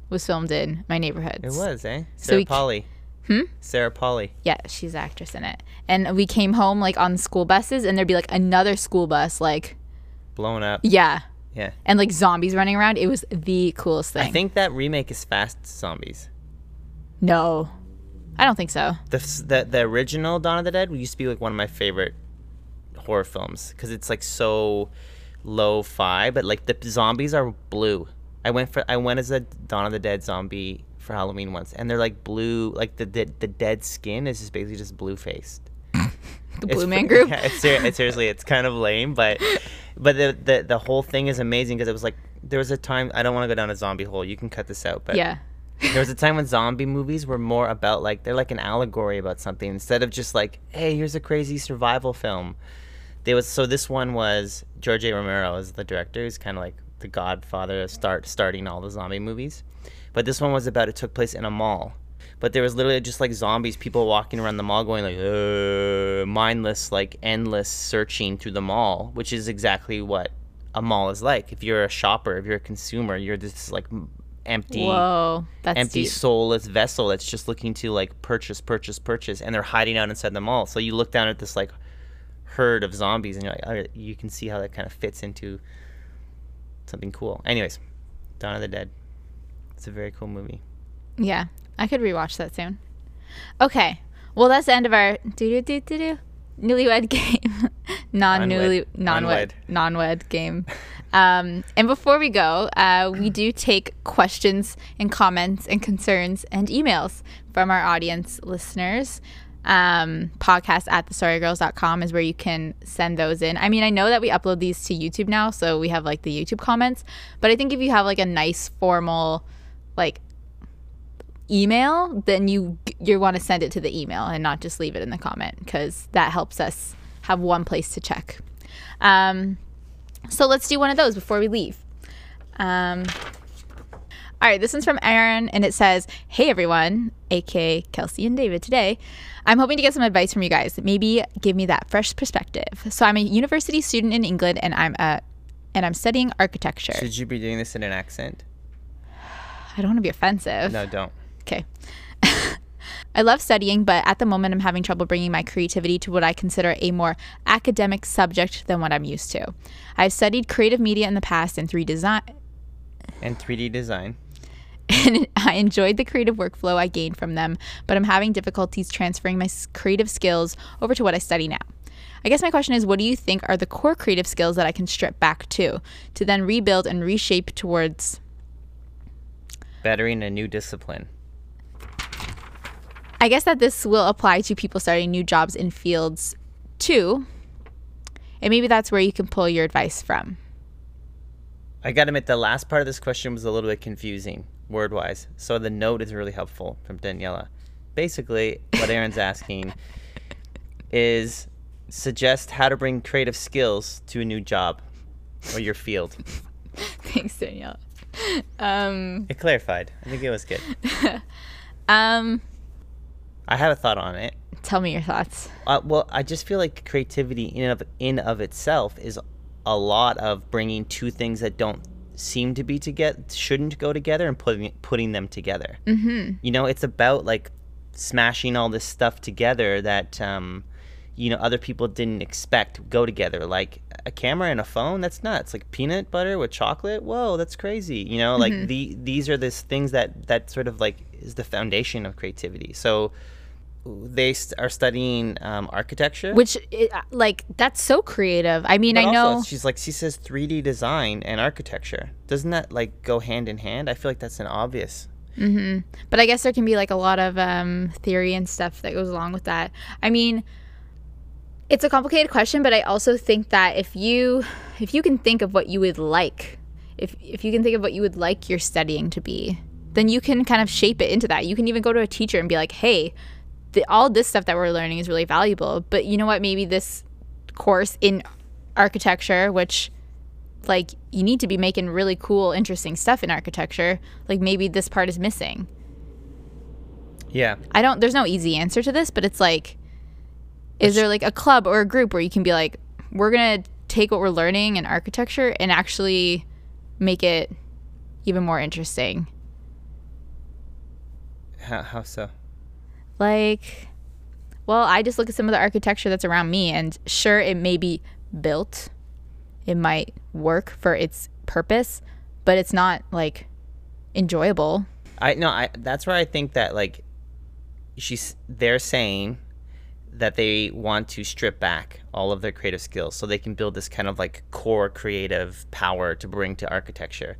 was filmed in my neighborhood. It was, eh? So Sarah we c- Polly. Hmm? Sarah Polly. Yeah, she's the actress in it. And we came home like on school buses, and there'd be like another school bus, like, Blown up. yeah, Yeah. and like zombies running around. It was the coolest thing. I think that remake is Fast Zombies. no. I don't think so. The, s- the the original Dawn of the Dead used to be like one of my favorite horror films because it's like so lo-fi, but like the zombies are blue. I went for I went as a Dawn of the Dead zombie for Halloween once, and they're like blue. Like the the, the dead skin is just basically just blue faced. The It's Blue pre- Man Group. Yeah, it's, ser- it's seriously, it's kind of lame, but but the the, the whole thing is amazing because it was like there was a time I don't want to go down a zombie hole. You can cut this out, but yeah. there was a time when zombie movies were more about like they're like an allegory about something instead of just like hey here's a crazy survival film. They was so this one was George A. Romero is the director. He's kind of like the godfather of start starting all the zombie movies, but this one was about it took place in a mall. But there was literally just like zombies, people walking around the mall, going like "Ugh," mindless, like endless searching through the mall, which is exactly what a mall is like. If you're a shopper, if you're a consumer, you're this like m- empty Whoa, that's empty deep. soulless vessel that's just looking to like purchase purchase purchase and they're hiding out inside the mall so you look down at this like herd of zombies and you're like "Alright," you can see how that kind of fits into something cool anyways dawn of the dead it's a very cool movie Yeah, I could rewatch that soon. Okay, well that's the end of our do do do do do newlywed game, non newly non Unwed. wed non wed game. Um, and before we go, uh, we do take questions and comments and concerns and emails from our audience listeners. Um, podcast at thestorygirls.com is where you can send those in. I mean, I know that we upload these to YouTube now, so we have like the YouTube comments, but I think if you have like a nice formal, like email, then you you want to send it to the email and not just leave it in the comment because that helps us have one place to check. Um, so let's do one of those before we leave. Um, all right, this one's from Aaron, and it says, "Hey everyone, aka Kelsey and David. Today, I'm hoping to get some advice from you guys. Maybe give me that fresh perspective. So I'm a university student in England, and I'm a and I'm studying architecture. should you be doing this in an accent I don't want to be offensive. no don't Okay. I love studying, but at the moment I'm having trouble bringing my creativity to what I consider a more academic subject than what I'm used to. I've studied creative media in the past and 3 design and 3d design and I enjoyed the creative workflow I gained from them, but I'm having difficulties transferring my s- creative skills over to what I study now. I guess my question is what do you think are the core creative skills that I can strip back to to then rebuild and reshape towards bettering a new discipline I guess that this will apply to people starting new jobs in fields too. And maybe that's where you can pull your advice from. I gotta admit, the last part of this question was a little bit confusing word wise. So the note is really helpful from Daniela. Basically, what Aaron's asking is suggest how to bring creative skills to a new job or your field. Thanks, Danielle. Um, It clarified. I think it was good. um, I had a thought on it. tell me your thoughts. Uh, well, I just feel like creativity in of in of itself is a lot of bringing two things that don't seem to be together, shouldn't go together, and putting putting them together. Mm-hmm. You know, it's about like smashing all this stuff together that um, you know other people didn't expect go together. Like a camera and a phone, that's nuts. Like peanut butter with chocolate, whoa, that's crazy. You know, like Mm-hmm. the these are these things that that sort of like is the foundation of creativity. So they st- are studying um, architecture. Which, i- like, that's so creative. I mean, but I also, know. she's like she says 3D design and architecture. Doesn't that like go hand in hand? I feel like that's an obvious. but I guess there can be like a lot of um, theory and stuff that goes along with that. I mean, it's a complicated question, but I also think that if you if you can think of what you would like, if if you can think of what you would like your studying to be, then you can kind of shape it into that. You can even go to a teacher and be like, "Hey, the, all this stuff that we're learning is really valuable, but you know what? Maybe this course in architecture, which like you need to be making really cool, interesting stuff in architecture, like maybe this part is missing." Yeah, I don't there's no easy answer to this, but it's like is there like a club or a group where you can be like we're going to take what we're learning in architecture and actually make it even more interesting. how, how so? Like well, I just look at some of the architecture that's around me and sure it may be built. It might work for its purpose, but it's not like enjoyable. I no, I that's where I think that like she's they're saying that they want to strip back all of their creative skills so they can build this kind of like core creative power to bring to architecture.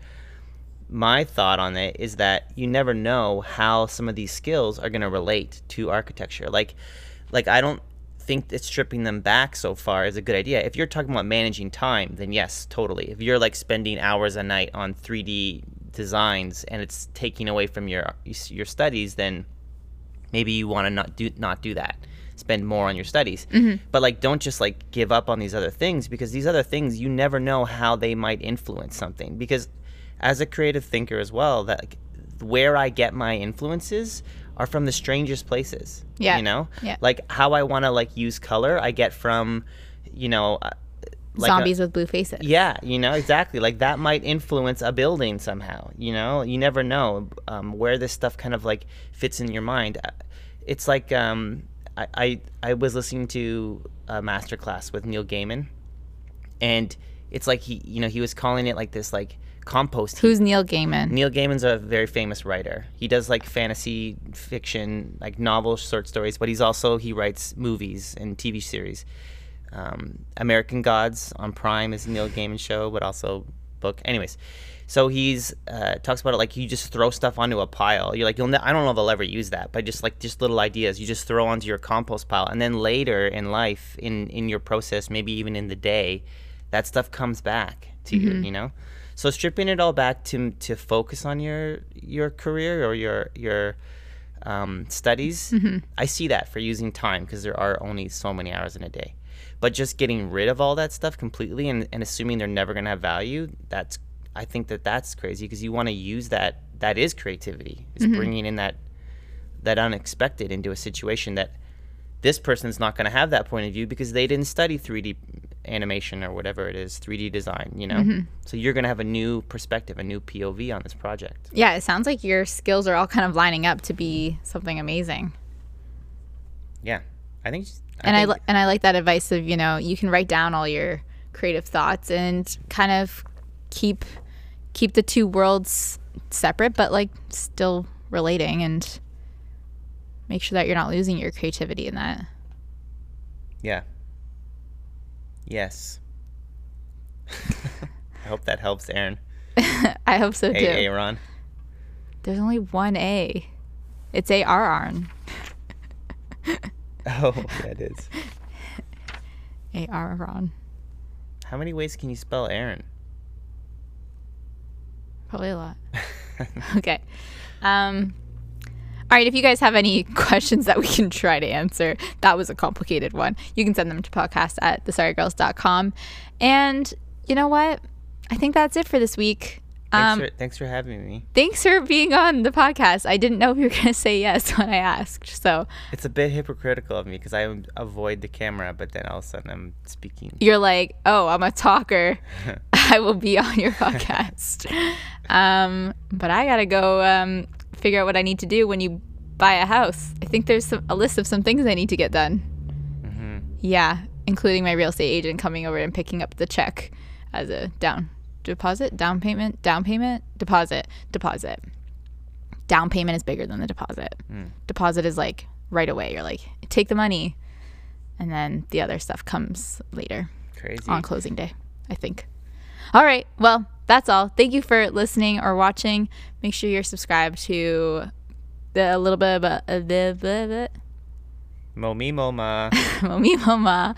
My thought on it is that you never know how some of these skills are going to relate to architecture. Like like I don't think that stripping them back so far is a good idea. If you're talking about managing time, then yes, totally. If you're like spending hours a night on 3D designs and it's taking away from your your studies, then maybe you want to not do not do that. Spend more on your studies, but like don't just like give up on these other things because these other things you never know how they might influence something. Because as a creative thinker as well, that like, where I get my influences are from the strangest places. Yeah. you know, Yeah. like how I want to like use color, I get from, you know, uh, like a- Zombies with blue faces. yeah, you know, exactly. Like that might influence a building somehow. You know, you never know um, where this stuff kind of like fits in your mind. Uh, It's like um, I, I I was listening to a masterclass with Neil Gaiman, and it's like he you know he was calling it like this like compost. Who's Neil Gaiman? Neil Gaiman's a very famous writer. He does like fantasy fiction, like novel short stories, but he's also he writes movies and TV series. Um, American Gods on Prime is a Neil Gaiman show, but also book. Anyways, so he's uh, talks about it like you just throw stuff onto a pile. You're like, you'll ne- I don't know if I'll ever use that, but just like just little ideas you just throw onto your compost pile, and then later in life, in in your process, maybe even in the day, that stuff comes back to you. You know, so stripping it all back to to focus on your your career or your your um, studies, I see that for using time because there are only so many hours in a day. But just getting rid of all that stuff completely and, and assuming they're never going to have value, that's I think that that's crazy because you want to use that. That is creativity. Is bringing in that that unexpected into a situation that this person's not going to have that point of view because they didn't study 3D animation or whatever it is, 3D design. You know, Mm-hmm. so you're going to have a new perspective, a new POV on this project. Yeah, it sounds like your skills are all kind of lining up to be something amazing. Yeah, I think. I and I think- li- and I like that advice of you know you can write down all your creative thoughts and kind of keep keep the two worlds separate, but like still relating and make sure that you're not losing your creativity in that. Yeah. Yes. I hope that helps, Aaron. I hope so too. Hey, Aaron. There's only one A. It's A R Arn. Oh, yeah, it is. A R Ron. How many ways can you spell Aaron? Probably a lot. okay. Um, all right. If you guys have any questions that we can try to answer, that was a complicated one. You can send them to podcast at thesorrygirls.com. And you know what? I think that's it for this week. Thanks, Um, for, thanks for having me. thanks for being on the podcast. I didn't know if you were going to say yes when I asked. So It's a bit hypocritical of me because I avoid the camera, but then all of a sudden I'm speaking. you're like, oh, I'm a talker. I will be on your podcast. um, but I gotta go um, figure out what I need to do when you buy a house. I think there's some, a list of some things I need to get done. Yeah, including my real estate agent coming over and picking up the check as a down deposit, down payment, down payment, deposit, deposit. Down payment is bigger than the deposit. Deposit is like right away. You're like, take the money. And then the other stuff comes later Crazy. on closing day, I think. All right. Well, that's all. Thank you for listening or watching. Make sure you're subscribed to the a little bit of a, a bit, bit, bit. Momi Moma. Mommy Mama.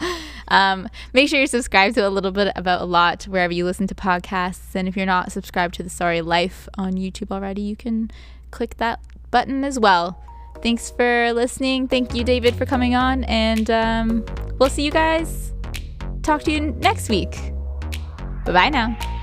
Um, make sure you're subscribed to a little bit about a lot wherever you listen to podcasts. And if you're not subscribed to the Sorry Life on YouTube already, you can click that button as well. Thanks for listening. Thank you, David, for coming on. And um, we'll see you guys. Talk to you next week. Bye bye now.